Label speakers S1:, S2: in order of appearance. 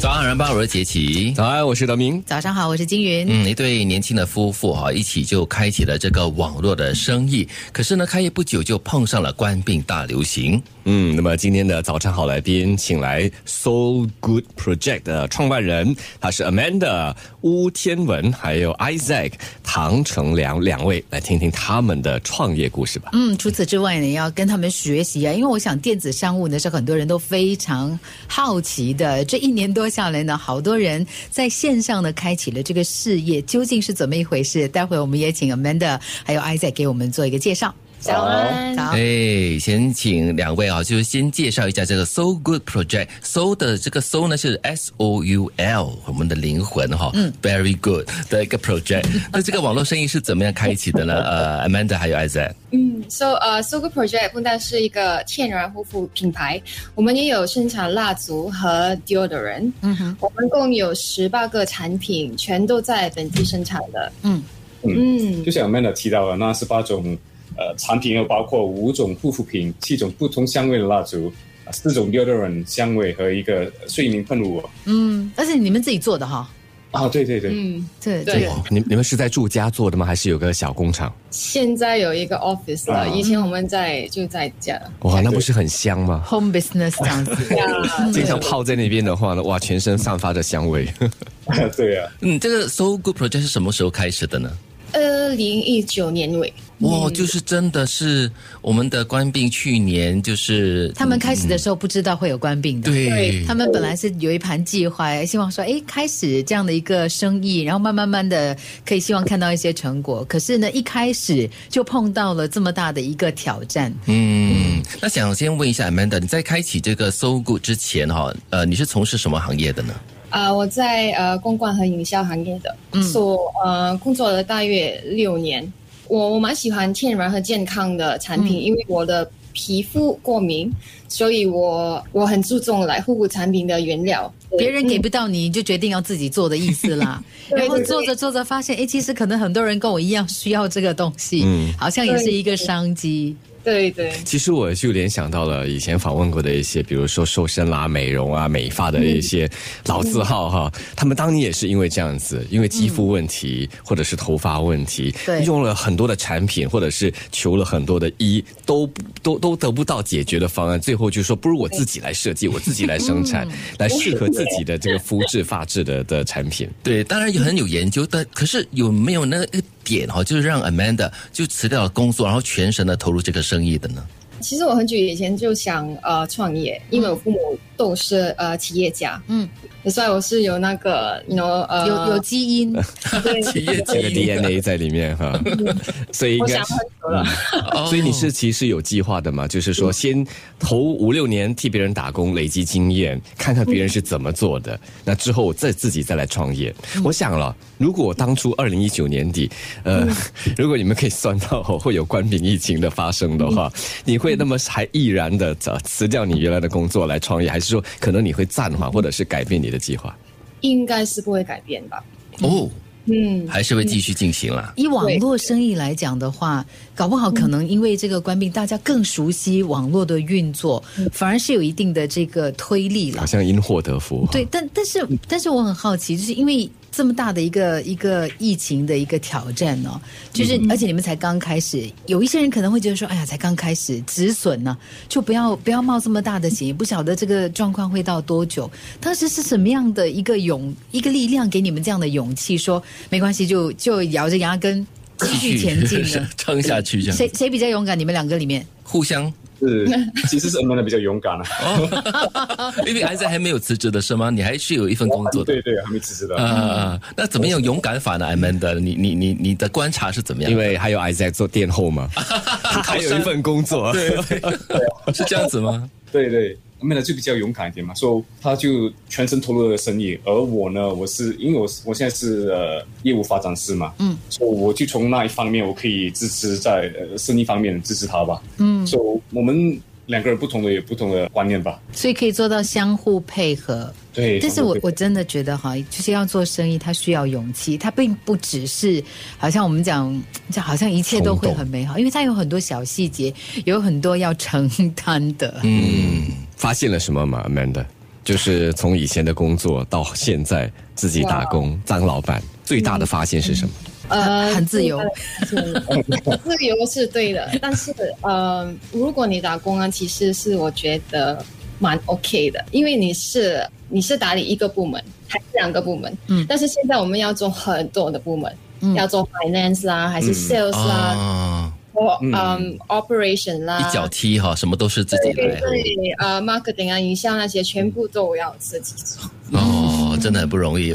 S1: 早安，人八我是杰奇。
S2: 早安，我是德明。
S3: 早上好，我是金云。
S1: 嗯，一对年轻的夫妇哈、一起就开启了这个网络的生意。可是呢，开业不久就碰上了冠病大流行。
S2: 嗯，那么今天的早餐好来宾，请来 Soul Good Project 的创办人，他是 Amanda 巫天文，还有 Isaac 唐成良两位，来听听他们的创业故事吧。
S3: 嗯，除此之外呢，也要跟他们学习啊，因为我想电子商务呢是很多人都非常好奇的。这一年多下来呢，好多人在线上呢开启了这个事业，究竟是怎么一回事？待会我们也请 Amanda 还有 Isaac 给我们做一个介绍。
S4: 早安，
S3: 好，
S1: 哎，先请两位啊，就是先介绍一下这个 So Good Project。So 的这个 So 呢是 S O U L，我们的灵魂哈、嗯，Very Good 的一个 project。那这个网络生意是怎么样开启的呢？呃，Amanda 还有 Isaac。
S4: 嗯，So 呃、s o g o Project 不但是一个天然护肤品牌，我们也有生产蜡烛和 deodorant。嗯哼，我们共有十八个产品，全都在本地生产的。
S3: 嗯
S4: 嗯
S5: 就像 Amanda 提到了，那十八种呃产品，又包括五种护肤品、七种不同香味的蜡烛、啊四种 deodorant 香味和一个呃睡眠喷雾。
S3: 嗯，但是你们自己做的哈，
S5: 啊，对对对，
S4: 嗯，
S3: 对
S4: 对
S3: 这个
S2: 哦你你们是在住家做的吗？还是有个小工厂？
S4: 现在有一个 office 了，
S5: 啊
S4: 以前我们在就在家。
S2: 哇，那不是很香吗？
S3: home business 这 样子。
S4: 呀
S2: 经常
S4: 啊对
S2: 泡在那边的话呢，哇，全身散发着香味。
S5: 对啊，
S1: 嗯，这个 So Good Project 是什么时候开始的呢？
S4: 二零一九年尾，
S1: 哇，就是真的是我们的官病去年就是
S3: 他们开始的时候不知道会有官病的，
S1: 对
S4: 对
S3: 他们本来是有一盘计划，希望说，哎，开始这样的一个生意，然后慢慢慢的可以希望看到一些成果。可是呢，一开始就碰到了这么大的一个挑战。
S1: 嗯，那想先问一下 Amanda，你在开启这个 So Good 之前哈、呃，你是从事什么行业的呢？
S4: 啊、我在呃公关和营销行业的，
S3: 嗯
S4: 所呃工作了大约六年。我我蛮喜欢天然和健康的产品，
S3: 嗯
S4: 因为我的皮肤过敏，所以我我很注重来护肤产品的原料。
S3: 别人给不到你，你就决定要自己做的意思啦。
S4: 对
S3: 然后
S4: 对
S3: 做着做着发现，哎，其实可能很多人跟我一样需要这个东西，
S2: 嗯
S3: 好像也是一个商机。
S4: 对对，
S2: 其实我就联想到了以前访问过的一些，比如说瘦身啦、美容啊、美发的一些老字号哈，他们当年也是因为这样子，因为肌肤问题、或者是头发问题
S3: 对，
S2: 用了很多的产品，或者是求了很多的医，都不都都得不到解决的方案，最后就说不如我自己来设计，我自己来生产，来适合自己的这个肤质、发质的的产品。
S1: 对，当然也很有研究，但可是有没有那个点哈、就是让 Amanda 就辞掉了工作，然后全神的投入这个生意的呢？
S4: 其实我很久以前就想呃创业，因为我父母都是呃企业家，
S3: 嗯，
S4: 所以我是有那个 you know 呃
S3: 有有基因，
S1: 企业
S2: 这个 DNA 在里面哈，所以应
S4: 嗯我
S2: 该
S4: 想
S2: 是
S4: 很久了。
S1: 哦
S2: 所以你是其实有计划的嘛？就是说，先头五六年替别人打工，累积经验，看看别人是怎么做的。那之后再自己再来创业。
S4: 嗯
S2: 我想了，如果当初二零一九年底，呃，
S4: 嗯
S2: 如果你们可以算到 会有冠病疫情的发生的
S4: 嗯
S2: 话，你会那么还毅然的辞掉你原来的工作来创业，还是说可能你会暂缓
S4: 嗯
S2: 或者是改变你的计划？
S4: 应该是不会改变吧？
S1: 哦，
S4: 嗯，
S1: 还是会继续进行啦。
S3: 以网络生意来讲的话，搞不好可能因为这个官病，大家更熟悉网络的运作，反而是有一定的这个推力了
S2: 好。像因祸得福。
S3: 对，但但是但是我很好奇，就是因为这么大的一个一个疫情的一个挑战哦，就是、而且你们才刚开始，有一些人可能会觉得说，哎呀，才刚开始止损呢、就不要不要冒这么大的险，也不晓得这个状况会到多久。当时是什么样的一个勇一个力量给你们这样的勇气，说没关系，就就咬着牙根继续 前进呢？
S1: 撑下去这样
S3: 谁
S1: 子，
S3: 谁比较勇敢？你们两个里面，
S1: 互相。
S5: 是其实是 Amanda 比较勇敢啊，
S1: 哦因为 Isaac 还没有辞职的是吗？你还是有一份工作的
S5: 对。对，还没辞职的。
S1: 啊、那怎么样勇敢法呢？Amanda，你你你你的观察是怎么样
S2: 因？为还有 Isaac 做殿后嘛，他还有一份工作。
S1: 是这样子吗？
S5: 对对，Amanda 就比较勇敢一点嘛，所以他就全身投入了生意。而我呢，我是因为我是我现在是呃业务发展师嘛，嗯，所以我就从那一方面我可以支持在呃生意方面支持他吧，嗯，所以我们两个人不同的有不同的观念吧，
S3: 所以可以做到相互配合。
S5: 对。
S3: 但是
S5: 差不
S3: 我
S5: 多
S3: 我真的觉得哈，就是要做生意，它需要勇气，它并不只是好像我们讲，就好像一切都会很美好，因为它有很多小细节，有很多要承担的。
S2: 嗯，发现了什么嘛，Amanda？就是从以前的工作到现在自己打工当老板，最大的发现是什么？
S4: 呃，
S3: 很自由
S4: 自由，自由是对的，但是呃，如果你打工啊，其实是我觉得蛮 OK 的，因为你是你是打理一个部门还是两个部门，嗯，但是现在我们要做很多的部门，
S3: 嗯
S4: 要做 finance 啦， 还是 sales 啦，
S1: 啊，
S4: 或嗯 operation 啦，
S1: 一脚踢哈，什么都是自己
S4: 对
S1: 来
S4: 对，呃，marketing 啊，营销那些全部都要自己做。
S1: 哦，真的很不容易。